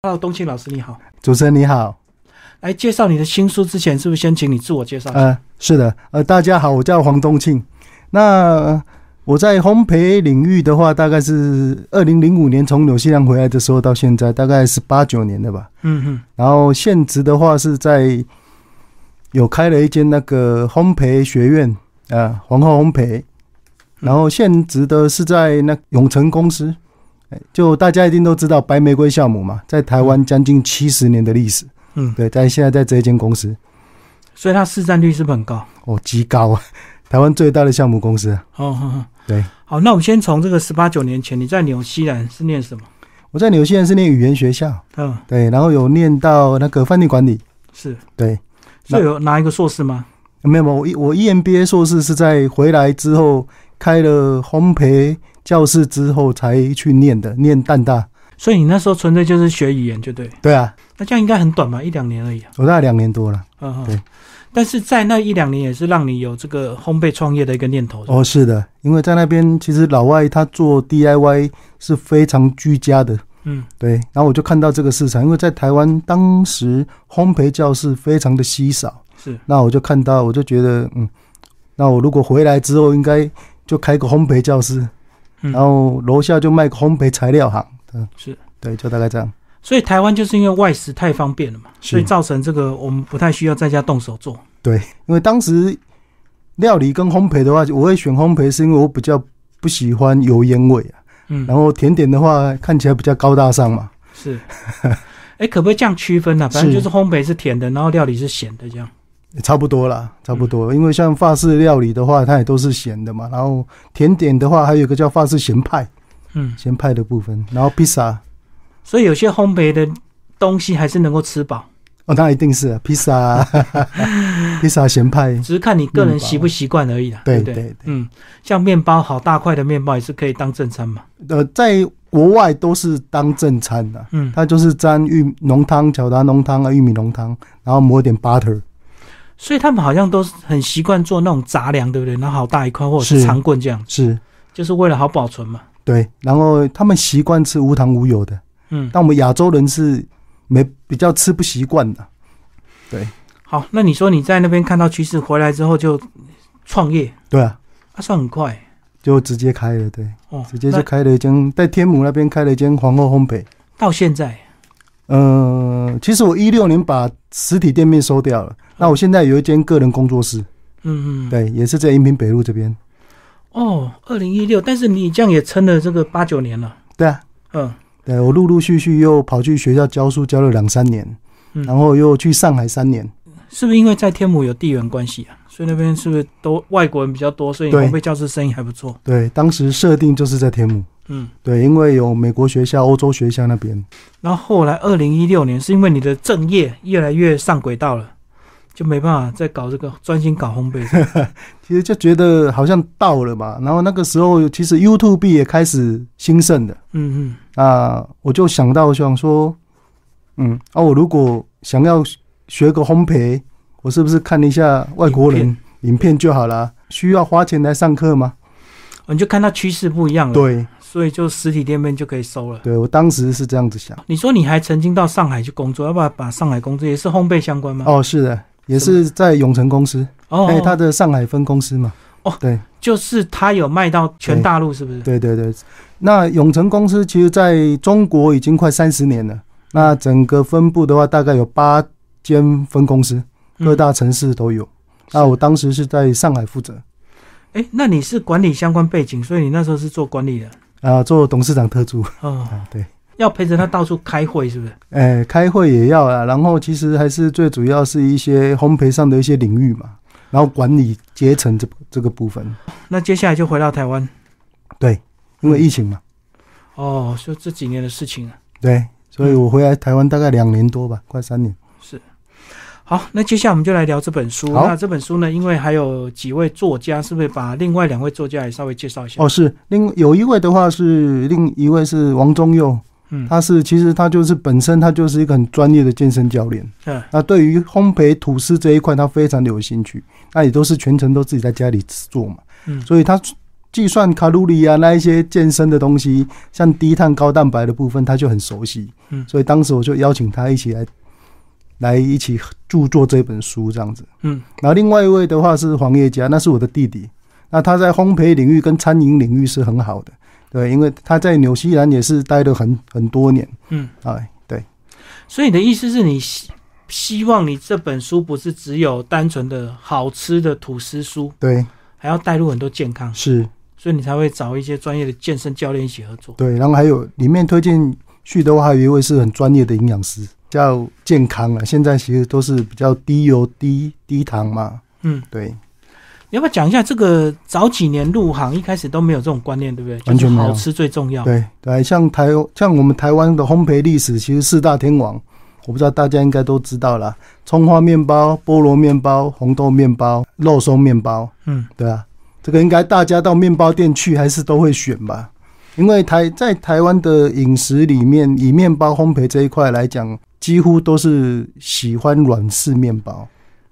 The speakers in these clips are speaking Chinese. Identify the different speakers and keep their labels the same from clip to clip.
Speaker 1: Hello，东庆老师你好。
Speaker 2: 主持人你好，
Speaker 1: 来介绍你的新书之前，是不是先请你自我介绍？
Speaker 2: 呃，是的，呃，大家好，我叫黄东庆。那呃我在烘焙领域的话，大概是二零零五年从纽西兰回来的时候到现在，大概是八九年了吧。
Speaker 1: 嗯嗯，
Speaker 2: 然后现职的话是在有开了一间那个烘焙学院，呃，皇后烘焙。然后现职的是在那永成公司，哎就大家一定都知道白玫瑰酵母嘛，在台湾将近七十年的历史。
Speaker 1: 嗯
Speaker 2: 对，在现在在这一间公司。
Speaker 1: 所以它市占率是不是很高？
Speaker 2: 哦，极高啊！台湾最大的项目公司啊。
Speaker 1: 哦，呵呵
Speaker 2: 对，
Speaker 1: 好，那我们先从这个十八九年前你在纽西兰是念什么？
Speaker 2: 我在纽西兰是念语言学校，
Speaker 1: 嗯，
Speaker 2: 对，然后有念到那个饭店管理，
Speaker 1: 是，
Speaker 2: 对，
Speaker 1: 是有拿一个硕士吗？
Speaker 2: 没有没有，我 E- 我 EMBA 硕士是在回来之后开了烘焙教室之后才去念的，念蛋大。
Speaker 1: 所以你那时候纯粹就是学语言，就对。
Speaker 2: 对啊，
Speaker 1: 那这样应该很短吧，一两年而已啊。
Speaker 2: 我大概两年多了。
Speaker 1: 嗯
Speaker 2: 对
Speaker 1: 嗯。但是在那一两年也是让你有这个烘焙创业的一个念头。
Speaker 2: 哦，是的，因为在那边其实老外他做 DIY 是非常居家的，
Speaker 1: 嗯
Speaker 2: 对，然后我就看到这个市场，因为在台湾当时烘焙教室非常的稀少。
Speaker 1: 是，
Speaker 2: 那我就看到，我就觉得，嗯，那我如果回来之后，应该就开个烘焙教室，
Speaker 1: 嗯
Speaker 2: 然后楼下就卖个烘焙材料行，嗯，
Speaker 1: 是，
Speaker 2: 对，就大概这样。嗯
Speaker 1: 所以台湾就是因为外食太方便了嘛，
Speaker 2: 是
Speaker 1: 所以造成这个我们不太需要在家动手做。
Speaker 2: 因为当时料理跟烘焙的话，我会选烘焙，是因为我比较不喜欢油烟味啊。
Speaker 1: 嗯，
Speaker 2: 然后甜点的话，看起来比较高大上嘛。
Speaker 1: 是， 哎，可不可以这样区分呢、反正
Speaker 2: 是
Speaker 1: 就是烘焙是甜的，然后料理是咸的，这样。
Speaker 2: 也差不多
Speaker 1: 嗯
Speaker 2: 啦，差不多。因为像法式料理的话，它也都是咸的嘛。然后甜点的话，还有一个叫法式咸派，
Speaker 1: 嗯，
Speaker 2: 咸派的部分。然后披萨，
Speaker 1: 所以有些烘焙的东西还是能够吃饱，
Speaker 2: 哦，那一定是啊披萨 啊，披萨咸派，
Speaker 1: 只是看你个人
Speaker 2: 面包
Speaker 1: 习不习惯而已啦，
Speaker 2: 对
Speaker 1: 不
Speaker 2: 对对。
Speaker 1: 嗯，像面包好大块的面包也是可以当正餐嘛。
Speaker 2: 呃，在国外都是当正餐的、
Speaker 1: 嗯，
Speaker 2: 它就是沾玉浓汤、巧达浓汤啊、玉米浓汤，然后抹点 butter。
Speaker 1: 所以他们好像都是很习惯做那种杂粮，对不对？然后好大一块或者是
Speaker 2: 是
Speaker 1: 长棍这样，
Speaker 2: 是，
Speaker 1: 就是为了好保存嘛。
Speaker 2: 对。然后他们习惯吃无糖无油的，
Speaker 1: 嗯，
Speaker 2: 但我们亚洲人是没比较吃不习惯的。
Speaker 1: 好，那你说你在那边看到趋势，回来之后就创业，
Speaker 2: 对啊，
Speaker 1: 啊，算很快
Speaker 2: 就直接开了，对，
Speaker 1: 哦，
Speaker 2: 直接
Speaker 1: 那
Speaker 2: 就开了一间在天母那边开了一间皇后烘焙。
Speaker 1: 到现在，
Speaker 2: 呃，其实我一六年把实体店面收掉了，那我现在有一间个人工作室。
Speaker 1: 嗯嗯，
Speaker 2: 对，也是在延平北路这边。
Speaker 1: 哦，二零一六，但是你这样也撑了这个八九年了，
Speaker 2: 对啊，
Speaker 1: 嗯，
Speaker 2: 对我陆陆续续又跑去学校教书，教了两三年，
Speaker 1: 嗯
Speaker 2: 然后又去上海三年。
Speaker 1: 是不是因为在天母有地缘关系啊？所以那边是不是都外国人比较多，所以你
Speaker 2: 对
Speaker 1: 烘焙教室生意还不错？
Speaker 2: 对，当时设定就是在天母。
Speaker 1: 嗯，
Speaker 2: 对，因为有美国学校、欧洲学校那边。
Speaker 1: 然后后来二零一六年是因为你的正业越来越上轨道了，就没办法再搞这个专心搞烘焙 这个。
Speaker 2: 其实就觉得好像到了嘛，然后那个时候其实 YouTube 也开始兴盛的，
Speaker 1: 嗯嗯，
Speaker 2: 那我就想到想说，嗯，啊，我如果想要学个烘焙，我是不是看一下外国人
Speaker 1: 影
Speaker 2: 影片就好啦？需要花钱来上课吗？
Speaker 1: 哦你就看到趋势不一样了，，
Speaker 2: 对，
Speaker 1: 所以就实体店面就可以收了。
Speaker 2: 对我当时是这样子想。
Speaker 1: 你说你还曾经到上海去工作，要不要把上海工作也是烘焙相关吗？
Speaker 2: 哦，是的，也是在永成公司，
Speaker 1: 嗯哦，
Speaker 2: 哎，他的上海分公司嘛。
Speaker 1: 就是他有卖到全
Speaker 2: 对
Speaker 1: 大陆，是不是？
Speaker 2: 对对对，那永成公司其实在中国已经快三十年了。那整个分部的话，大概有八间分公司，
Speaker 1: 嗯
Speaker 2: 各大城市都有。那我当时是在上海负责，
Speaker 1: 哎，那你是管理相关背景，所以你那时候是做管理的
Speaker 2: 啊、做董事长特助。
Speaker 1: 哦，
Speaker 2: 啊，对，
Speaker 1: 要陪着他到处开会，是不是？
Speaker 2: 哎，开会也要啊，然后其实还是最主要是一些烘焙上的一些领域嘛，然后管理阶层这这个部分，
Speaker 1: 那接下来就回到台湾
Speaker 2: 因为疫情嘛。
Speaker 1: 哦，就这几年的事情啊。
Speaker 2: 对，所以我回来台湾大概两年多吧，快三年。
Speaker 1: 好，那接下来我们就来聊这本书。
Speaker 2: 好
Speaker 1: 那这本书呢，因为还有几位作家，是不是把另外两位作家也稍微介绍一下？
Speaker 2: 哦，是另有一位的话是另一位是王宗佑，
Speaker 1: 嗯
Speaker 2: 他是其实他就是本身他就是一个很专业的健身教练，
Speaker 1: 嗯，
Speaker 2: 那对于烘焙吐司这一块他非常的有兴趣，那也都是全程都自己在家里做嘛，
Speaker 1: 嗯
Speaker 2: 所以他计算卡路里啊那一些健身的东西，像低碳高蛋白的部分，他就很熟悉。
Speaker 1: 嗯
Speaker 2: 所以当时我就邀请他一起来，来一起著作这本书这样子。
Speaker 1: 嗯，
Speaker 2: 然后另外一位的话是黄叶家，那是我的弟弟。那他在烘焙领域跟餐饮领域是很好的，对，因为他在纽西兰也是待了很很多年。
Speaker 1: 嗯，
Speaker 2: 哎，对，
Speaker 1: 所以你的意思是你希希望你这本书不是只有单纯的好吃的吐司书，
Speaker 2: 对，
Speaker 1: 还要带入很多健康，
Speaker 2: 是，
Speaker 1: 所以你才会找一些专业的健身教练一起合作。
Speaker 2: 对。然后还有里面推荐去的话，还有一位是很专业的营养师，叫健康啊。现在其实都是比较低油、低低糖嘛，
Speaker 1: 嗯，
Speaker 2: 对，
Speaker 1: 你要不要讲一下这个早几年入行一开始都没有这种观念，对不对？
Speaker 2: 完全没
Speaker 1: 就
Speaker 2: 有
Speaker 1: 是好吃最重要。
Speaker 2: 对对。像台像我们台湾的烘焙历史，其实四大天王，我不知道大家应该都知道啦，葱花面包、菠萝面包、红豆面包、肉松面包。
Speaker 1: 嗯
Speaker 2: 对啊，这个应该大家到面包店去还是都会选吧，因为台在台湾的饮食里面，以面包烘焙这一块来讲，几乎都是喜欢软式面包，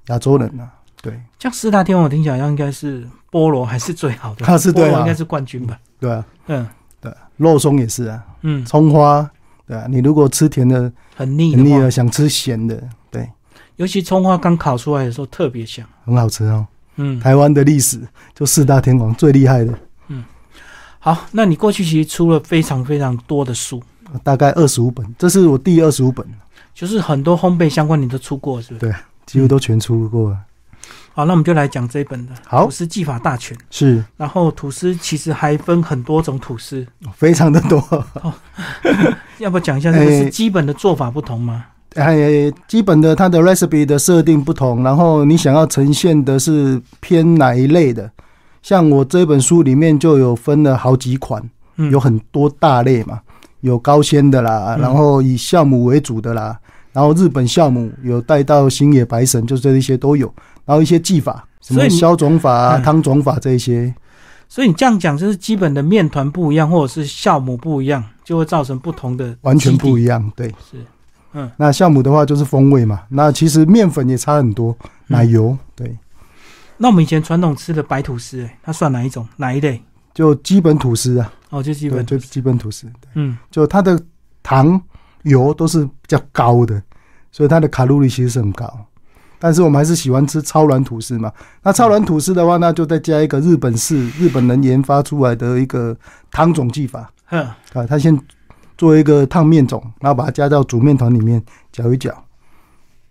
Speaker 2: 亚洲人啊，对
Speaker 1: 像四大天王，我听起来应该是菠萝还是最好的，
Speaker 2: 啊是对啊
Speaker 1: 菠萝应该是冠军吧？
Speaker 2: 对啊，
Speaker 1: 嗯
Speaker 2: 对啊，肉松也是啊，
Speaker 1: 嗯，
Speaker 2: 葱花，对啊，你如果吃甜的
Speaker 1: 很腻
Speaker 2: 很
Speaker 1: 的
Speaker 2: 腻啊
Speaker 1: 话，
Speaker 2: 了，想吃咸的，对，
Speaker 1: 尤其葱花刚烤出来的时候特别香。
Speaker 2: 很好吃哦。
Speaker 1: 嗯，
Speaker 2: 台湾的历史就四大天王最厉害的，
Speaker 1: 好，那你过去其实出了非常非常多的书，
Speaker 2: 大概二十五本，这是我第二十五本，
Speaker 1: 就是很多烘焙相关你都出过，是不是？
Speaker 2: 几乎都全出过了。
Speaker 1: 好，那我们就来讲这一本的《
Speaker 2: 好
Speaker 1: 吐司技法大全》。
Speaker 2: 是
Speaker 1: 然后吐司其实还分很多种吐司，
Speaker 2: 非常的多，
Speaker 1: 要不要讲一下这个是
Speaker 2: 哎
Speaker 1: 基本的做法不同吗？
Speaker 2: 哎，基本的它的 recipe 的设定不同，然后你想要呈现的是偏哪一类的？像我这本书里面就有分了好几款，
Speaker 1: 嗯，
Speaker 2: 有很多大类嘛，有高纤的啦，
Speaker 1: 嗯
Speaker 2: 然后以酵母为主的啦，然后日本酵母有带到星野白神，就这一些都有，然后一些技法，什
Speaker 1: 所以
Speaker 2: 么
Speaker 1: 你
Speaker 2: 消肿法、啊、
Speaker 1: 嗯
Speaker 2: 汤种法这一些，
Speaker 1: 所以你这样讲，就是基本的面团不一样，或者是酵母不一样，就会造成不同的
Speaker 2: 完全不
Speaker 1: 样。
Speaker 2: 一样。对，
Speaker 1: 是，嗯，
Speaker 2: 那酵母的话就是风味嘛，那其实面粉也差很多，
Speaker 1: 嗯
Speaker 2: 奶油对。
Speaker 1: 那我们以前传统吃的白吐司、哎，它算哪一种？哪一类？
Speaker 2: 就基本吐司啊，
Speaker 1: 哦，就基
Speaker 2: 对，
Speaker 1: 本，
Speaker 2: 就基本吐司，对
Speaker 1: 嗯，
Speaker 2: 就它的糖油都是比较高的，所以它的卡路里其实是很高。但是我们还是喜欢吃超软吐司嘛。那超软吐司的话，那就再加一个日本式日本人研发出来的一个汤种技法
Speaker 1: 呵，
Speaker 2: 啊，它先做一个烫面种，然后把它加到煮面团里面搅一搅，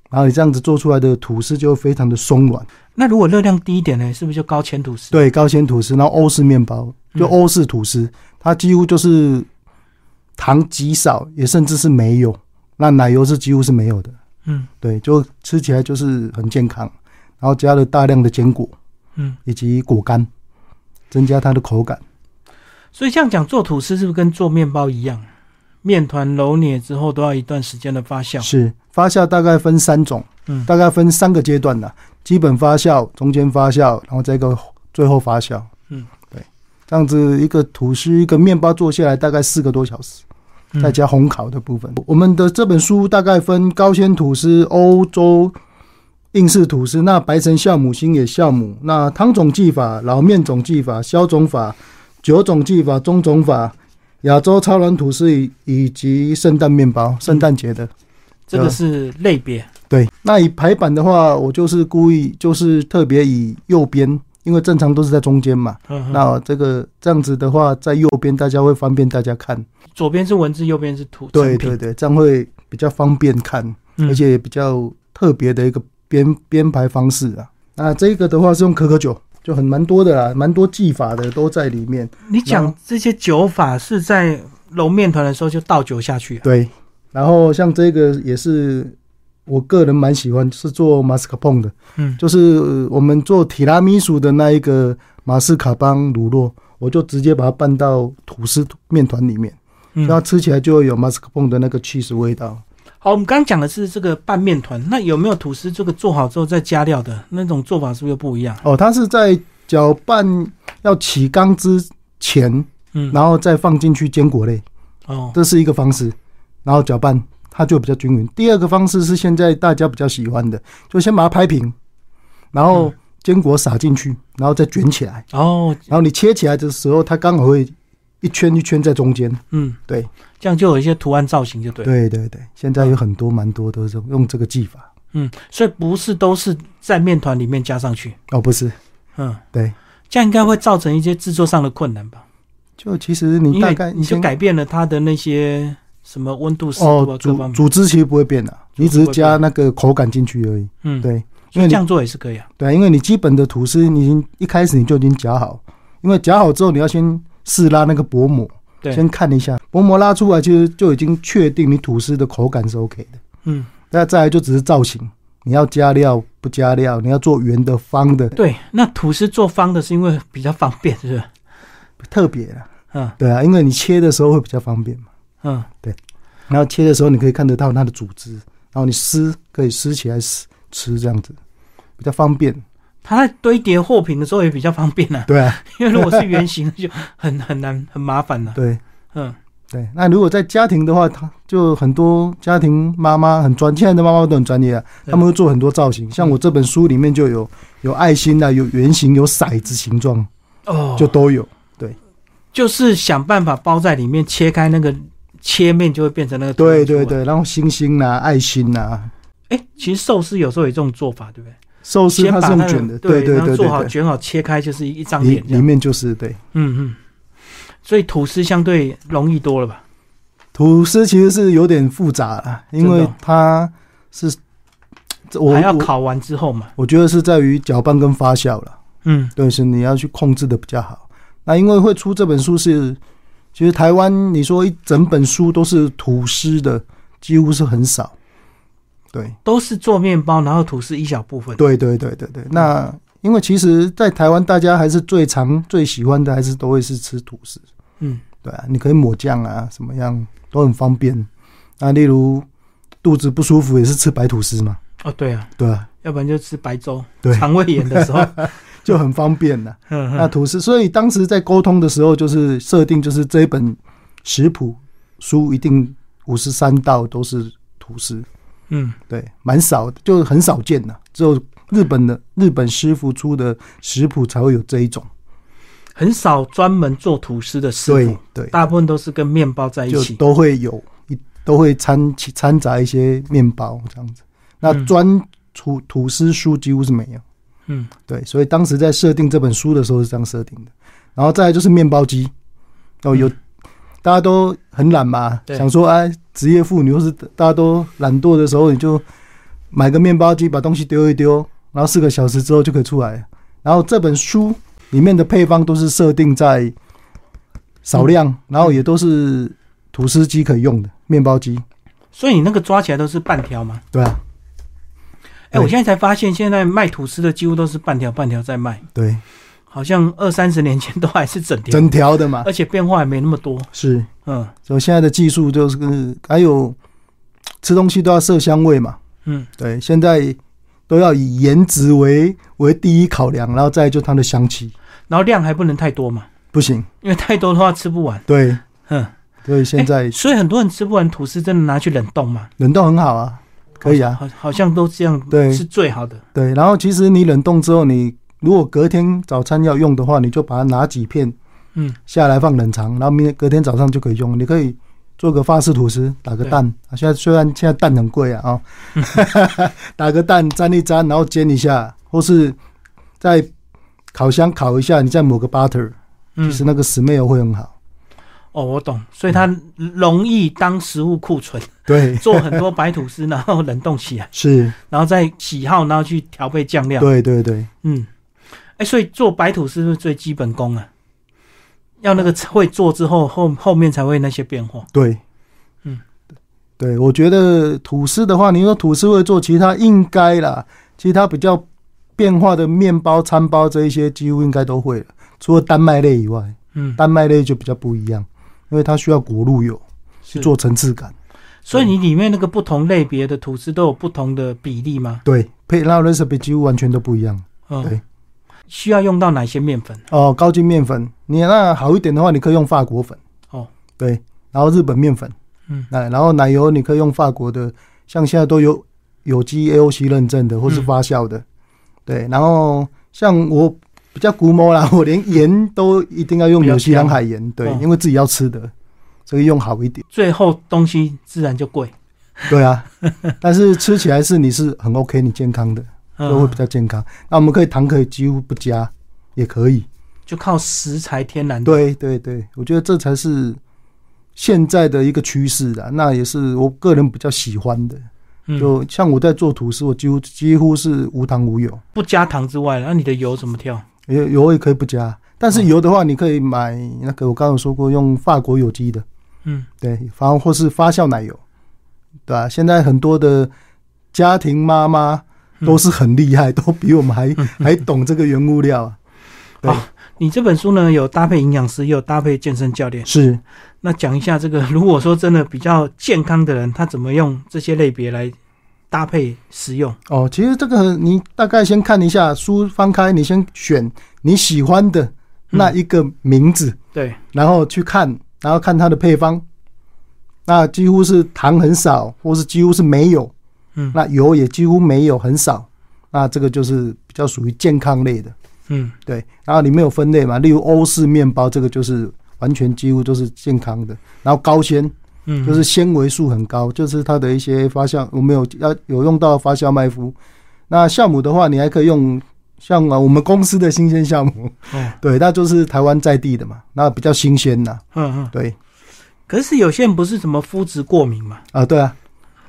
Speaker 2: 然后你这样子做出来的吐司就会非常的松软。
Speaker 1: 那如果热量低一点呢，是不是就高纤吐司？，
Speaker 2: 对，高纤吐司，然后欧式面包，就
Speaker 1: 嗯
Speaker 2: 欧式吐司，它几乎就是糖极少，也甚至是没有，那奶油是几乎是没有的。
Speaker 1: 嗯
Speaker 2: 对，就吃起来就是很健康，然后加了大量的坚果
Speaker 1: 嗯。
Speaker 2: 以及果干，增加它的口感。
Speaker 1: 所以这样讲，做吐司是不是跟做面包一样？面团揉捻之后都要一段时间的发酵。
Speaker 2: 是发酵大概分三种，
Speaker 1: 嗯
Speaker 2: 大概分三个阶段的，基本发酵、中间发酵，然后再一个最后发酵。
Speaker 1: 嗯，
Speaker 2: 对，这样子一个吐司、一个面包做下来大概四个多小时。
Speaker 1: 嗯
Speaker 2: 再加烘烤的部分。我们的这本书大概分高纤吐司、欧洲印式吐司、那白神酵母、星野酵母、那汤种技法、老面种技法、消种法、九种技法、中种法、亚洲超软吐司以以及圣诞面
Speaker 1: 嗯
Speaker 2: 包，圣诞节的。
Speaker 1: 这个是类别。
Speaker 2: 对，那以排版的话，我就是故意就是特别以右边，因为正常都是在中间嘛。
Speaker 1: 嗯，嗯
Speaker 2: 那这个这样子的话，在右边大家会方便大家看。
Speaker 1: 左边是文字，右边是图。成
Speaker 2: 对
Speaker 1: 品
Speaker 2: 对，对，这样会比较方便看。
Speaker 1: 嗯
Speaker 2: 而且也比较特别的一个编编排方式啊。那这个的话是用可可酒，就很蛮多的啦，蛮多技法的都在里面。
Speaker 1: 你
Speaker 2: 然
Speaker 1: 讲
Speaker 2: 后
Speaker 1: 这些酒法是在揉面团的时候就倒酒下去啊、
Speaker 2: 对，然后像这个也是我个人蛮喜欢，是做马斯卡彭的，
Speaker 1: 嗯，
Speaker 2: 就是呃我们做提拉米苏的那一个马斯卡邦乳酪，我就直接把它拌到吐司面团里面，
Speaker 1: 嗯
Speaker 2: 然后吃起来就会有马斯卡彭的那个 cheese 味道。
Speaker 1: 好，我们刚刚讲的是这个拌面团，那有没有吐司这个做好之后再加料的那种做法，是不是又不一样？
Speaker 2: 哦，它是在搅拌要起缸之前，
Speaker 1: 嗯，
Speaker 2: 然后再放进去坚果类。
Speaker 1: 哦，
Speaker 2: 这是一个方式，然后搅拌它就比较
Speaker 1: 嗯
Speaker 2: 均匀。第二个方式是现在大家比较喜欢的，就先把它拍平，然后坚果撒进去，然后再卷起来，
Speaker 1: 哦，
Speaker 2: 然后你切起来的时候，它刚好会一圈一圈在中间。
Speaker 1: 嗯，
Speaker 2: 对，
Speaker 1: 这样就有一些图案造型，就对。
Speaker 2: 对对对，现在有很多蛮多都是用用这个技法。
Speaker 1: 嗯，所以不是都是在面团里面加上去。
Speaker 2: 哦，不是，
Speaker 1: 嗯，
Speaker 2: 对，
Speaker 1: 这样应该会造成一些制作上的困难吧？
Speaker 2: 就其实
Speaker 1: 因
Speaker 2: 你嗯大
Speaker 1: 为
Speaker 2: 概
Speaker 1: 你就
Speaker 2: 先
Speaker 1: 改变了它的那些什么温度、湿度
Speaker 2: 哦
Speaker 1: 啊，，各
Speaker 2: 主
Speaker 1: 方面。
Speaker 2: 主汁其实不会变的、
Speaker 1: 主
Speaker 2: 你只
Speaker 1: 不
Speaker 2: 是
Speaker 1: 会
Speaker 2: 加那个口感进去而已。
Speaker 1: 嗯，
Speaker 2: 对，因
Speaker 1: 所
Speaker 2: 为
Speaker 1: 以
Speaker 2: 你
Speaker 1: 这样做也是可以啊。
Speaker 2: 对，因为你基本的吐司你已经一开始你就已经夹好，因为夹好之后你要先试拉那个薄膜，
Speaker 1: 对
Speaker 2: 先看一下薄膜拉出来，其实就已经确定你吐司的口感是 OK 的。
Speaker 1: 嗯，
Speaker 2: 那再来就只是造型，你要加料不加料，你要做圆的、方的，
Speaker 1: 对。那吐司做方的是因为比较方便，是不是？
Speaker 2: 特别啦。
Speaker 1: 嗯
Speaker 2: 对啊，因为你切的时候会比较方便嘛，
Speaker 1: 嗯，
Speaker 2: 然后切的时候你可以看得到它的组织，然后你撕可以撕起来吃吃这样子，比较方便。
Speaker 1: 它在堆叠货品的时候也比较方 便啊，
Speaker 2: 对啊，
Speaker 1: 因为如果是圆形就很很难很麻烦了、
Speaker 2: 对。
Speaker 1: 嗯，
Speaker 2: 对，那如果在家庭的话，他就很多家庭妈妈很专，现在的妈妈都很专业啊，
Speaker 1: 对嗯
Speaker 2: 他们会做很多造型。像我这本书里面就有有爱心啊，有圆形，有骰子形状，
Speaker 1: 哦，
Speaker 2: 就都有。
Speaker 1: 就是想办法包在里面，切开那个切面就会变成那个。
Speaker 2: 对对。对，然后星星啊，爱心啊，
Speaker 1: 哎、其实寿司有时候有这种做法，对不对？
Speaker 2: 寿司
Speaker 1: 先
Speaker 2: 它
Speaker 1: 把
Speaker 2: 是
Speaker 1: 那
Speaker 2: 用
Speaker 1: 个
Speaker 2: 卷的，
Speaker 1: 对
Speaker 2: 对对
Speaker 1: 然后
Speaker 2: 对
Speaker 1: 做好
Speaker 2: 对
Speaker 1: 卷好切开就是一一张
Speaker 2: 对，里
Speaker 1: 脸这
Speaker 2: 里
Speaker 1: 样。
Speaker 2: 面就是对
Speaker 1: 嗯嗯。所以吐司相对容易多了吧？
Speaker 2: 吐司其实是有点复杂啊，因
Speaker 1: 真
Speaker 2: 为
Speaker 1: 的哦
Speaker 2: 它是这我
Speaker 1: 还要
Speaker 2: 我
Speaker 1: 烤完之后嘛。
Speaker 2: 我觉得是在于搅拌跟发酵了。
Speaker 1: 嗯
Speaker 2: 对，是你要去控制的比较好。那因为会出这本书是，其实台湾你说一整本书都是吐司的，几乎是很少。对，
Speaker 1: 都是做面包，然后吐司一小部分。
Speaker 2: 对，对，对，对，对。那因为其实，在台湾大家还是最常、最喜欢的，还是都会是吃吐司。
Speaker 1: 嗯，
Speaker 2: 对啊，你可以抹酱啊，什么样都很方便。那例如肚子不舒服也是吃白吐司嘛，
Speaker 1: 哦对啊，
Speaker 2: 对啊，
Speaker 1: 要不然就吃白粥。
Speaker 2: 对
Speaker 1: 肠胃炎的时 候。
Speaker 2: 就很方便啊呐、
Speaker 1: 嗯
Speaker 2: 那
Speaker 1: 嗯。
Speaker 2: 吐司，所以当时在沟通的时候，就是设定就是这一本食谱书一定五十三道都是吐司，
Speaker 1: 嗯
Speaker 2: 对，蛮少，就很少见的，只有日本的日本师傅出的食谱才会有这一种。
Speaker 1: 很少专门做吐司的师
Speaker 2: 对
Speaker 1: 傅，
Speaker 2: 对，
Speaker 1: 大部分都是跟面包在一
Speaker 2: 就
Speaker 1: 起。
Speaker 2: 都会有一都会掺其掺杂一些面包这样子。那
Speaker 1: 嗯
Speaker 2: 专出吐司书几乎是没有，
Speaker 1: 嗯，
Speaker 2: 对，所以当时在设定这本书的时候是这样设定的。然后再来就是面包机，哦，有、大家都很懒嘛，
Speaker 1: 对
Speaker 2: 想说哎，职业妇女或是大家都懒惰的时候，你就买个面包机，把东西丢一丢，然后四个小时之后就可以出来了。然后这本书里面的配方都是设定在少量，然后也都是吐司机可以用的面包机，
Speaker 1: 所以你那个抓起来都是半条吗？
Speaker 2: 对啊，
Speaker 1: 哎、我
Speaker 2: 对
Speaker 1: 现在才发现，现在卖吐司的几乎都是半条半条在卖，
Speaker 2: 对，
Speaker 1: 好像二三十年前都还是整条，
Speaker 2: 整条的嘛，
Speaker 1: 而且变化也没那么多。
Speaker 2: 是。
Speaker 1: 嗯
Speaker 2: 所以现在的技术就是还有吃东西都要色香味嘛，
Speaker 1: 嗯，
Speaker 2: 对，现在都要以颜值为为第一考量，然后再就它的香气
Speaker 1: 然后量还不能太多嘛，
Speaker 2: 不行，
Speaker 1: 因为太多的话吃不完。
Speaker 2: 对，
Speaker 1: 嗯，
Speaker 2: 所以现在
Speaker 1: 所以很多人吃不完吐司，真的拿去冷冻嘛？
Speaker 2: 冷冻很好啊，可以啊，
Speaker 1: 好，好像都这样，
Speaker 2: 对
Speaker 1: 是最好的。
Speaker 2: 对，然后其实你冷冻之后，你如果隔天早餐要用的话，你就把它拿几片
Speaker 1: 嗯，
Speaker 2: 下来放冷藏，然后明天隔天早上就可以用，你可以。做个法式吐司，打个
Speaker 1: 对
Speaker 2: 蛋。啊现在虽然现在蛋很贵啊， 哦，打个蛋沾一沾，然后煎一下，或是在烤箱烤一下，你再抹个 butter，
Speaker 1: 嗯
Speaker 2: 其，实那个 smell 会很好。
Speaker 1: 哦，我懂，所以它容易当食物库存，
Speaker 2: 对，
Speaker 1: 做很多白吐司，然后冷冻起来，
Speaker 2: 是，
Speaker 1: 然后再喜好，然后去调配酱料。
Speaker 2: 对对对，
Speaker 1: 嗯，哎、所以做白吐司是不是最基本功啊，要那个
Speaker 2: 嗯
Speaker 1: 会做之后，后后面才会那些变化。
Speaker 2: 对，
Speaker 1: 嗯，
Speaker 2: 对，我觉得吐司的话，你说吐司会做，其他应该啦，其他比较变化的面包、餐包这一些，几乎应该都会了，除了丹麦类以外，
Speaker 1: 嗯，
Speaker 2: 丹麦类就比较不一样，因为它需要果露油去
Speaker 1: 是。
Speaker 2: 做层次感，
Speaker 1: 所以你里面那个不同类别的吐司都有不同的比例吗？
Speaker 2: 对，配那 recipe 几乎完全都不一样。
Speaker 1: 嗯，
Speaker 2: 对。
Speaker 1: 需要用到哪些面粉？
Speaker 2: 哦，高筋面粉，你那好一点的话，你可以用法国粉。
Speaker 1: 哦，
Speaker 2: 对，然后日本面粉，
Speaker 1: 嗯，
Speaker 2: 哎，然后奶油你可以用法国的，像现在都有有机 AOC 认证的，或是
Speaker 1: 嗯
Speaker 2: 发酵的，对，然后像我比较古摸啦，我连盐都一定要用纽西兰海盐，对，
Speaker 1: 嗯
Speaker 2: 因为自己要吃的，所以用好一点。
Speaker 1: 最后东西自然就贵。
Speaker 2: 对啊，但是吃起来是你是很 OK，你健康的，都会
Speaker 1: 嗯
Speaker 2: 比，较健康。那我们可以糖可以几乎不加，也可以。
Speaker 1: 就靠食材天然的。
Speaker 2: 对对对，我觉得这才是现在的一个趋势啦，那也是我个人比较喜欢的。
Speaker 1: 嗯，
Speaker 2: 就像我在做吐司，我几乎几乎是无糖无油，
Speaker 1: 不加糖之外，那你的油怎么调？
Speaker 2: 油油也可以不加。但是油的话，你可以买那个我刚刚有说过，用法国有机的，
Speaker 1: 嗯，
Speaker 2: 对，发或是发酵奶油，对吧、现在很多的家庭妈妈都
Speaker 1: 嗯
Speaker 2: 是很厉害，都比我们还还懂这个原物料啊。对
Speaker 1: 好，哦你这本书呢有搭配营养师，也有搭配健身教练。
Speaker 2: 是，
Speaker 1: 那讲一下这个， 如果说真的比较健康的人，他怎么用这些类别来搭配食用？
Speaker 2: 哦，其实这个你大概先看一下书翻开，你先选你喜欢的那一个名字，
Speaker 1: 对，
Speaker 2: 然后去看，然后看它的配方。那几乎是糖很少，或是几乎是没有，
Speaker 1: 嗯
Speaker 2: 那油也几乎没有，很少。那这个就是比较属于健康类的，
Speaker 1: 嗯，
Speaker 2: 对。然后里面有分类嘛，例如欧式面包，这个就是完全几乎都是健康的。然后高纤
Speaker 1: 嗯，
Speaker 2: 就是纤维素很高，就是它的一些发酵，我们有要有用到发酵麦麸。那酵母的话，你还可以用像啊我们公司的新鲜酵母，
Speaker 1: 哦，
Speaker 2: 对，那就是台湾在地的嘛，那比较新鲜呐，
Speaker 1: 嗯嗯。
Speaker 2: 对
Speaker 1: 可是有些人不是什么肤质过敏嘛？
Speaker 2: 啊，对啊。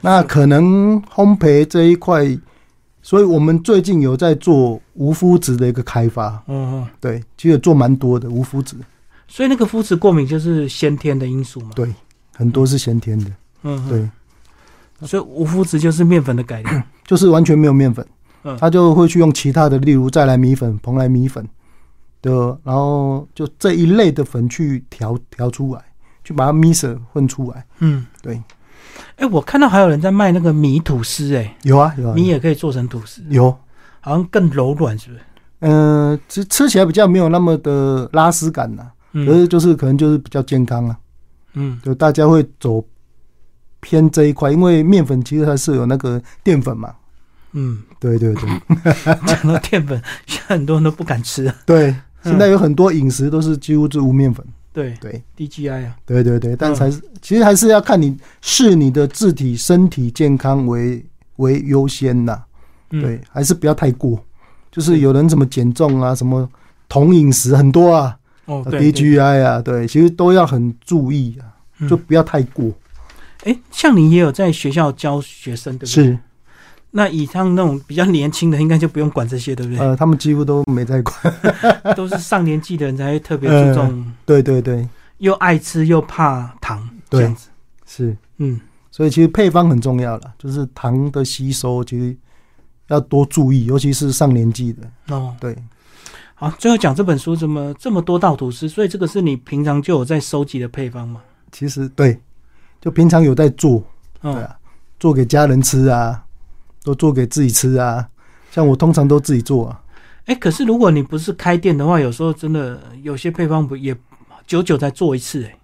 Speaker 2: 那可能烘焙这一块，所以我们最近有在做无麸质的一个开发，
Speaker 1: 哦哦，
Speaker 2: 对，其实做蛮多的无麸质，
Speaker 1: 所以那个肤质过敏就是先天的因素嘛。
Speaker 2: 对很多是先天的，
Speaker 1: 嗯，嗯
Speaker 2: 对，
Speaker 1: 所以无麸质就是面粉的改 良。
Speaker 2: 就是完全没有面粉
Speaker 1: 嗯，
Speaker 2: 他就会去用其他的，例如再来米粉、蓬莱米粉的，然后就这一类的粉去调调出来，去把它 mix 混出来。
Speaker 1: 嗯，
Speaker 2: 对。
Speaker 1: 哎、我看到还有人在卖那个米吐司、诶，
Speaker 2: 有啊，有啊，
Speaker 1: 米也可以做成吐司，
Speaker 2: 有，
Speaker 1: 好像更柔软，是不是？
Speaker 2: 嗯、吃吃起来比较没有那么的拉丝感呐、可
Speaker 1: 嗯
Speaker 2: 是就是可能就是比较健康啊，
Speaker 1: 嗯
Speaker 2: 就大家会走偏这一块，因为面粉其实它是有那个淀粉嘛。
Speaker 1: 嗯，
Speaker 2: 对对对
Speaker 1: 讲到淀粉，现在很多人都不敢吃、啊。
Speaker 2: 对，现在有很多饮食都是几乎是无面粉。
Speaker 1: 对
Speaker 2: 对。
Speaker 1: ，DGI 啊，
Speaker 2: 对对对，但才是、其实还是要看你视你的自体身体健康为为优先呐、
Speaker 1: 嗯、
Speaker 2: 对，还是不要太过。就是有人怎么减重啊，什么酮饮食很多啊
Speaker 1: 哦，对对对
Speaker 2: ，DGI 啊，对，其实都要很注意啊，
Speaker 1: 嗯
Speaker 2: 就不要太过。
Speaker 1: 哎、像你也有在学校教学生，对不对？
Speaker 2: 是，
Speaker 1: 那以上那种比较年轻的，应该就不用管这些，对不对？
Speaker 2: 呃，他们几乎都没在管。呃
Speaker 1: 都是上年纪的人才会特别注重，
Speaker 2: 对对对，
Speaker 1: 又爱吃又怕糖这
Speaker 2: 对
Speaker 1: 样子。
Speaker 2: 是，
Speaker 1: 嗯
Speaker 2: 所以其实配方很重要了，就是糖的吸收其实要多注意，尤其是上年纪的。
Speaker 1: 哦，
Speaker 2: 对，
Speaker 1: 好，最后讲这本书怎么这么多道吐司，所以这个是你平常就有在收集的配方吗？
Speaker 2: 其实对，就平常有在做，对
Speaker 1: 嗯
Speaker 2: 啊，做给家人吃啊，都做给自己吃啊。像我通常都自己做啊，
Speaker 1: 哎、可是如果你不是开店的话，有时候真的有些配方不也久久才做一次、哎，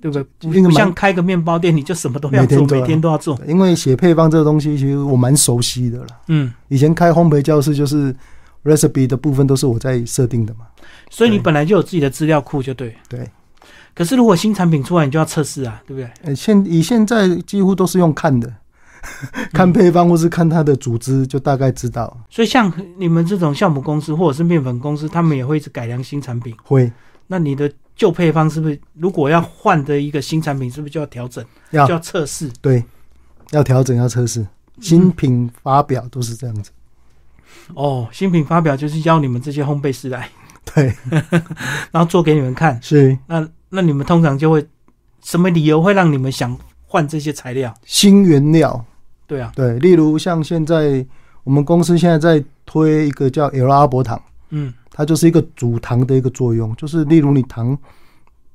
Speaker 1: 对不对？不
Speaker 2: 这个
Speaker 1: 不
Speaker 2: 蛮
Speaker 1: 像开个面包店，你就什么都要做，
Speaker 2: 每天做啊
Speaker 1: 每天都要做。
Speaker 2: 因为写配方这个东西，其实我蛮熟悉的啦。
Speaker 1: 嗯，
Speaker 2: 以前开烘焙教室，就是 recipe 的部分都是我在设定的嘛。
Speaker 1: 所以你
Speaker 2: 对
Speaker 1: 本来就有自己的资料库，就对。
Speaker 2: 对。
Speaker 1: 可是如果新产品出来，你就要测试啊，对不对？
Speaker 2: 呃，现以现在几乎都是用看的， 看配方或是看它的组织，就大概知道
Speaker 1: 所以像你们这种酵母公司或者是面粉公司，他们也会一直改良新产品。
Speaker 2: 会
Speaker 1: 那你的旧配方是不是如果要换的一个新产品，是不是就要调整，
Speaker 2: 要
Speaker 1: 就要测试？
Speaker 2: 对要调整要测试，新品发表都是这样子。
Speaker 1: 哦，新品发表就是邀你们这些烘焙师来，
Speaker 2: 对，
Speaker 1: 然后做给你们看。
Speaker 2: 是
Speaker 1: 那那你们通常就会什么理由会让你们想换这些材料？
Speaker 2: 新原料，
Speaker 1: 对啊，
Speaker 2: 对，例如像现在我们公司现在在推一个叫 L 阿伯糖，
Speaker 1: 嗯
Speaker 2: 它就是一个煮糖的一个作用，就是例如你糖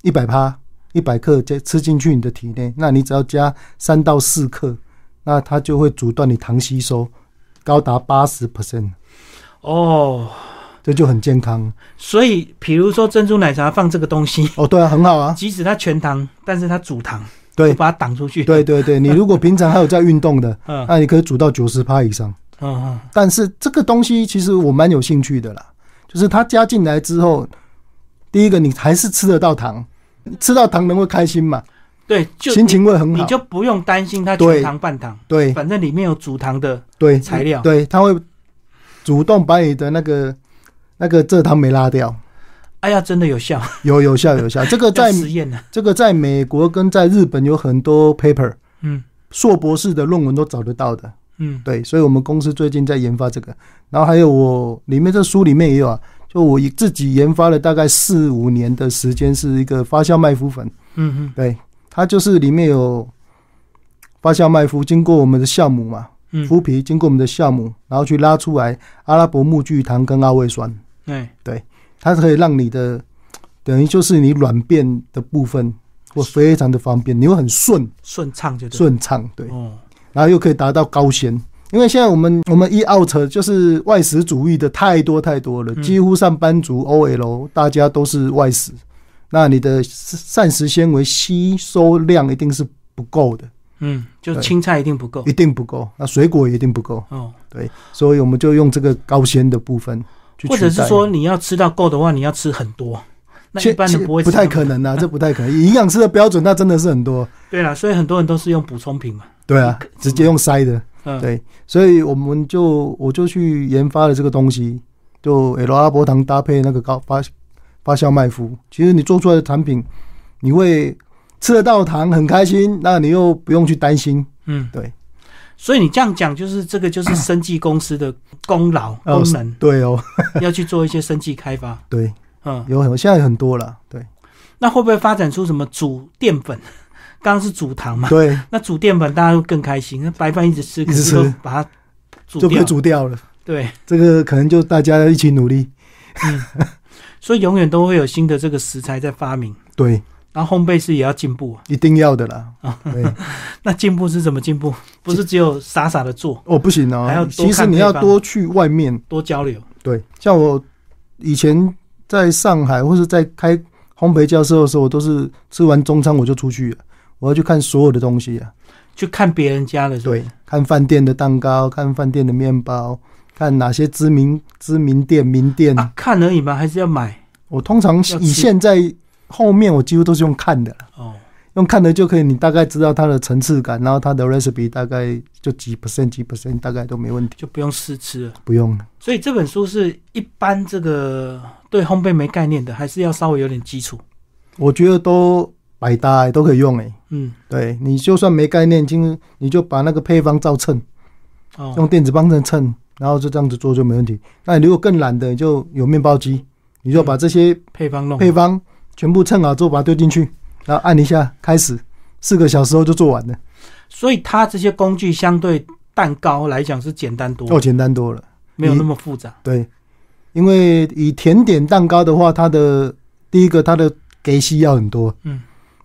Speaker 2: 一百趴一百克再吃进去你的体内，那你只要加三到四克，那它就会阻断你糖吸收，高达八十 percent，
Speaker 1: 哦，
Speaker 2: 这就很健康
Speaker 1: 所以比如说珍珠奶茶放这个东西，
Speaker 2: 哦。对啊，很好啊。
Speaker 1: 即使它全糖，但是它煮糖，
Speaker 2: 对
Speaker 1: 就把它挡出去。
Speaker 2: 对对对，你如果平常还有在运动的，
Speaker 1: 嗯，
Speaker 2: 那你可以煮到九十趴以上。
Speaker 1: 嗯嗯
Speaker 2: 但是这个东西其实我蛮有兴趣的啦，就是它加进来之后，第一个你还是吃得到糖，吃到糖能会开心嘛，
Speaker 1: 对，就
Speaker 2: 心情会很
Speaker 1: 你
Speaker 2: 好。
Speaker 1: 就不用担心它
Speaker 2: 对
Speaker 1: 全糖半糖，
Speaker 2: 对
Speaker 1: 反正里面有煮糖的
Speaker 2: 对，
Speaker 1: 材料
Speaker 2: 对，它会主动把你的那个那个蔗糖酶拉掉，
Speaker 1: 哎呀，真的有效，
Speaker 2: 有有效 有效。这个在
Speaker 1: 在实验呢。
Speaker 2: 这个在美国跟在日本有很多 paper
Speaker 1: 嗯
Speaker 2: 硕博士的论文都找得到的。
Speaker 1: 嗯
Speaker 2: 对，所以我们公司最近在研发这个，然后还有我里面这书里面也有啊，就我自己研发了大概四五年的时间，是一个发酵麦麸粉，
Speaker 1: 嗯嗯
Speaker 2: 对，它就是里面有发酵麦麸，经过我们的酵母嘛，
Speaker 1: 嗯，
Speaker 2: 麸皮经过我们的酵母，然后去拉出来阿拉伯木聚糖跟阿魏酸，
Speaker 1: 哎，
Speaker 2: 它可以让你的等于就是你软便的部分会非常的方便，你会很顺
Speaker 1: 顺畅就对。
Speaker 2: 顺畅，对。
Speaker 1: 哦，
Speaker 2: 然后又可以达到高纤。因为现在我们我们一 E out 就是外食主义的太多太多了，
Speaker 1: 嗯
Speaker 2: 几乎上班族 OL 大家都是外食，那你的膳食纤维吸收量一定是不够的，
Speaker 1: 嗯，就
Speaker 2: 对
Speaker 1: 青菜一定不够
Speaker 2: 一。定不够，那水果也一定不够，
Speaker 1: 哦，
Speaker 2: 所以我们就用这个高纤的部分去取
Speaker 1: 或
Speaker 2: 代。
Speaker 1: 者是说你要吃到够的话，你要吃很多。那一般
Speaker 2: 切
Speaker 1: 人
Speaker 2: 切
Speaker 1: 不会吃
Speaker 2: 不太
Speaker 1: 那么
Speaker 2: 可能啊，这不太可能。以营养师的标准，那真的是很多。
Speaker 1: 对啦，所以很多人都是用补充品嘛。
Speaker 2: 对啊，直接用塞的。
Speaker 1: 嗯，
Speaker 2: 对，所以我们就我就去研发了这个东西，就 L 阿拉伯糖搭配那个高发发酵麦麸。其实你做出来的产品，你会吃得到糖，很开心，那你又不用去担心。
Speaker 1: 嗯，
Speaker 2: 对。
Speaker 1: 所以你这样讲，就是这个就是生技公司的功劳
Speaker 2: 哦
Speaker 1: 功能，
Speaker 2: 对哦，
Speaker 1: 要去做一些生技开发。
Speaker 2: 对，
Speaker 1: 嗯，
Speaker 2: 有很现在很多了，对
Speaker 1: 那会不会发展出什么煮淀粉？ 刚刚是煮糖嘛，
Speaker 2: 对，
Speaker 1: 那煮淀粉大家会更开心。那白饭一直吃，
Speaker 2: 一
Speaker 1: 可
Speaker 2: 直
Speaker 1: 是
Speaker 2: 吃
Speaker 1: 都把它煮
Speaker 2: 就
Speaker 1: 掉
Speaker 2: 被。煮掉了。
Speaker 1: 对，
Speaker 2: 这个可能就大家一起努力。
Speaker 1: 所以永远都会有新的这个食材在发明，
Speaker 2: 对，
Speaker 1: 然后烘焙师也要进步啊。
Speaker 2: 一定要的啦。
Speaker 1: 哦
Speaker 2: 对，
Speaker 1: 那进步是怎么进步？不是只有傻傻的做，
Speaker 2: 哦，不行
Speaker 1: 还要
Speaker 2: 哦，
Speaker 1: 多
Speaker 2: 其实
Speaker 1: 看
Speaker 2: 你
Speaker 1: 配
Speaker 2: 要
Speaker 1: 方
Speaker 2: 多去外面
Speaker 1: 多交流。
Speaker 2: 对，像我以前在上海或是在开烘焙教室的时候，我都是吃完中餐我就出去了，我要去看所有的东西啊。
Speaker 1: 去看别人家的，，
Speaker 2: 对，看饭店的蛋糕，看饭店的面包，看哪些知名知名店名店。
Speaker 1: 啊，看而已嘛，还是要买
Speaker 2: 我通常
Speaker 1: 吃
Speaker 2: 以现在后面我几乎都是用看的啦，
Speaker 1: 哦。
Speaker 2: 用看的就可以，你大概知道它的层次感，然后它的 recipe 大概就几 percent 几 percent 大概都没问题，
Speaker 1: 就不用试吃了。
Speaker 2: 不用了。
Speaker 1: 所以这本书是一般这个对烘焙没概念的，还是要稍微有点基础。
Speaker 2: 我觉得都百搭、欸、都可以用诶、
Speaker 1: 嗯，
Speaker 2: 对你就算没概念，今你就把那个配方照称，
Speaker 1: 哦，
Speaker 2: 用电子磅秤称，然后就这样子做就没问题。那你如果更懒的，你就有面包机，你就把这些
Speaker 1: 配方弄好
Speaker 2: 配方全部称好之后把它丢进去，然后按一下开始，四个小时后就做完了，
Speaker 1: 所以它这些工具相对蛋糕来讲是简单多，
Speaker 2: 哦，简单多了。
Speaker 1: 没有那么复杂。
Speaker 2: 对，因为以甜点蛋糕的话，它的第一个它的给息要很多，
Speaker 1: 嗯，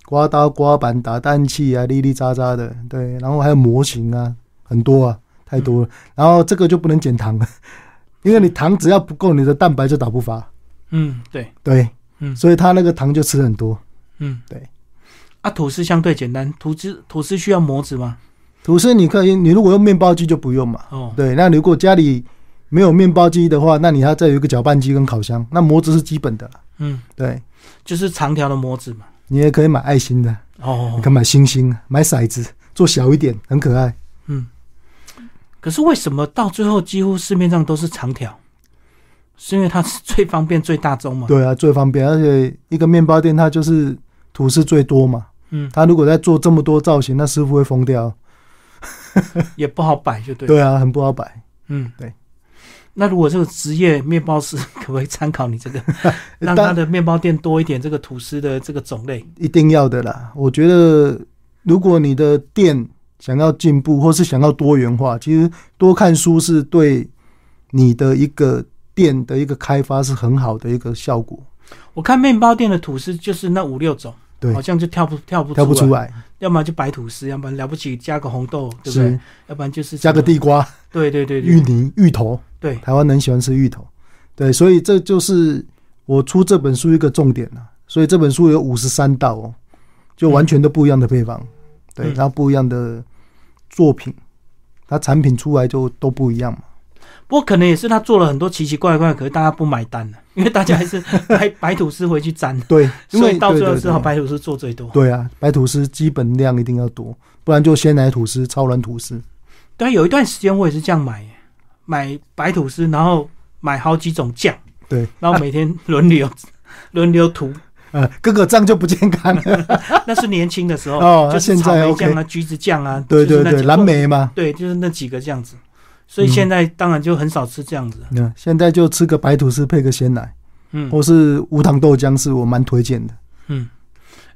Speaker 2: 刮刀、刮板、打蛋器啊，哩哩喳喳的，对，然后还有模型啊，很多啊，太
Speaker 1: 嗯
Speaker 2: 多了。然后这个就不能减糖了， 因为你糖只要不够，你的蛋白就打不发，
Speaker 1: 嗯，对，
Speaker 2: 对，
Speaker 1: 嗯
Speaker 2: 所以它那个糖就吃很多。
Speaker 1: 嗯，
Speaker 2: 对。
Speaker 1: 啊，吐司相对简单，吐司吐司需要模子吗？
Speaker 2: 吐司你可以，你如果用面包机就不用嘛，
Speaker 1: 哦，
Speaker 2: 对。那如果家里没有面包机的话，那你还要再有一个搅拌机跟烤箱，那模子是基本的啦，
Speaker 1: 嗯，
Speaker 2: 对。
Speaker 1: 就是长条的模子嘛。
Speaker 2: 你也可以买爱心的，
Speaker 1: 哦
Speaker 2: 你，可以买星星，啊买骰子，做小一点，很可爱。
Speaker 1: 嗯。可是为什么到最后几乎市面上都是长条？是因为它是最方便、最大宗嘛？
Speaker 2: 对啊，最方便，而且一个面包店它就是吐司最多嘛。
Speaker 1: 嗯，
Speaker 2: 他如果再做这么多造型，那师傅会疯掉。
Speaker 1: 也不好摆，就对。
Speaker 2: 对啊，很不好摆。
Speaker 1: 嗯，
Speaker 2: 对。
Speaker 1: 那如果这个职业面包师 可不可以参考你这 个，让他的面包店多一点这个吐司的这个种类？
Speaker 2: 一定要的啦。我觉得，如果你的店想要进步，或是想要多元化，其实多看书是对你的一个店的一个开发是很好的一个效果。
Speaker 1: 我看面包店的吐司就是那五六种，
Speaker 2: 对
Speaker 1: 好像就跳不跳不
Speaker 2: 跳不出
Speaker 1: 来，
Speaker 2: 来，
Speaker 1: 要么就白吐司，要不然了不起加个红豆，对不对
Speaker 2: 是？
Speaker 1: 要不然就是
Speaker 2: 加个
Speaker 1: 什么，
Speaker 2: 地瓜、
Speaker 1: 对对对
Speaker 2: 芋
Speaker 1: 对
Speaker 2: 泥、芋头。
Speaker 1: 对，
Speaker 2: 台湾人喜欢吃芋头，对，所以这就是我出这本书一个重点了、啊所以这本书有五十三道哦，就完全都不一样的配方，对，
Speaker 1: 嗯
Speaker 2: 然后不一样的作品，它产品出来就都不一样嘛。
Speaker 1: 不过可能也是他做了很多奇奇怪怪，可是大家不买单了，因为大家还是白 白吐司回去沾，
Speaker 2: 对，因
Speaker 1: 所
Speaker 2: 为
Speaker 1: 以到最后
Speaker 2: 对对
Speaker 1: 只好
Speaker 2: 对
Speaker 1: 白吐司做最多。
Speaker 2: 对啊，白吐司基本量一定要多，不然就鲜奶吐司、超软吐司。
Speaker 1: 对，有一段时间我也是这样买耶，买白吐司，然后买好几种酱，
Speaker 2: 对，
Speaker 1: 然后每天轮流 轮流涂。
Speaker 2: 呃，哥哥这样就不健康了。
Speaker 1: 那是年轻的时候，
Speaker 2: 哦
Speaker 1: 就
Speaker 2: 现
Speaker 1: 是
Speaker 2: 在
Speaker 1: 草莓
Speaker 2: OK
Speaker 1: 酱啊、橘子酱啊，
Speaker 2: 对
Speaker 1: 就是
Speaker 2: 对
Speaker 1: 那
Speaker 2: 对，
Speaker 1: 几
Speaker 2: 蓝，莓嘛，
Speaker 1: 对，就是那几个这样子。所以
Speaker 2: 嗯
Speaker 1: 现在当然就很少吃这样子。
Speaker 2: 嗯，现在就吃个白吐司配个鲜奶，
Speaker 1: 嗯
Speaker 2: 或是无糖豆浆，是我蛮推荐的。
Speaker 1: 嗯，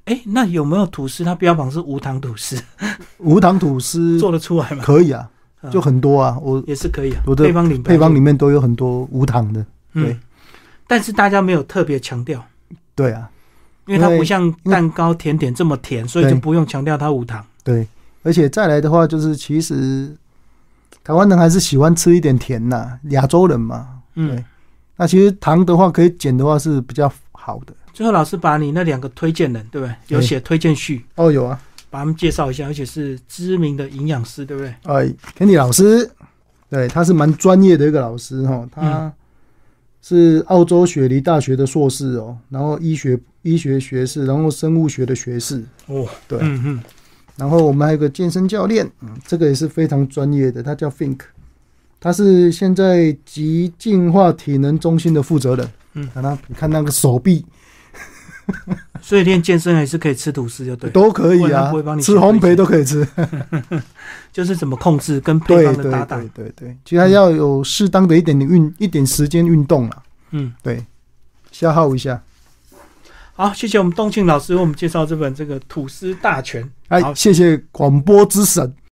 Speaker 1: 哎、那有没有吐司？它标榜是无糖吐 司，
Speaker 2: 无糖吐司
Speaker 1: 做得出来吗？
Speaker 2: 可以啊，
Speaker 1: 嗯
Speaker 2: 就很多啊，我
Speaker 1: 也是可以啊。
Speaker 2: 我的
Speaker 1: 配方里
Speaker 2: 配方里面都有很多无糖的。对
Speaker 1: 嗯，但是大家没有特别强调，
Speaker 2: 对啊，
Speaker 1: 因为它
Speaker 2: 因
Speaker 1: 不
Speaker 2: 为
Speaker 1: 像
Speaker 2: 为
Speaker 1: 蛋糕甜点这么甜，所以
Speaker 2: 对
Speaker 1: 就不用强调它无糖。
Speaker 2: 对，而且再来的话，就是其实台湾人还是喜欢吃一点甜呐、亚洲人嘛。
Speaker 1: 嗯
Speaker 2: 对，那其实糖的话，可以减的话是比较好的。
Speaker 1: 最后老师把你那两个推荐人，对不对？有写推荐序，
Speaker 2: 哦，有啊，
Speaker 1: 把他们介绍一下，而且是知名的营养师，对不对？
Speaker 2: 哎，Kenny 老师，对，他是蛮专业的一个老师哈，他是澳洲雪梨大学的硕士哦，然后医学医学学士，然后生物学的学士，
Speaker 1: 哦，
Speaker 2: 对
Speaker 1: 嗯嗯，
Speaker 2: 然后我们还有个健身教练，嗯，这个也是非常专业的，他叫 Fink，他是现在极进化体能中心的负责人。
Speaker 1: 嗯
Speaker 2: 看他，你看那个手臂
Speaker 1: 所以练健身还是可以吃吐司，就对，
Speaker 2: 都可以
Speaker 1: 不然他
Speaker 2: 啊
Speaker 1: 不会帮，你
Speaker 2: 吃
Speaker 1: 消费
Speaker 2: 烘焙都可 以吃。
Speaker 1: 就是怎么控制跟配
Speaker 2: 对
Speaker 1: 方
Speaker 2: 对
Speaker 1: 的搭
Speaker 2: 对
Speaker 1: 档。
Speaker 2: 对对，其实还要有适当的一点点运一点时间运动啦，
Speaker 1: 嗯，
Speaker 2: 对，消耗一下。
Speaker 1: 好，谢谢我们东庆老师为我们介绍这本这个《吐司大全》。
Speaker 2: 哎
Speaker 1: 好，
Speaker 2: 谢谢广播之神，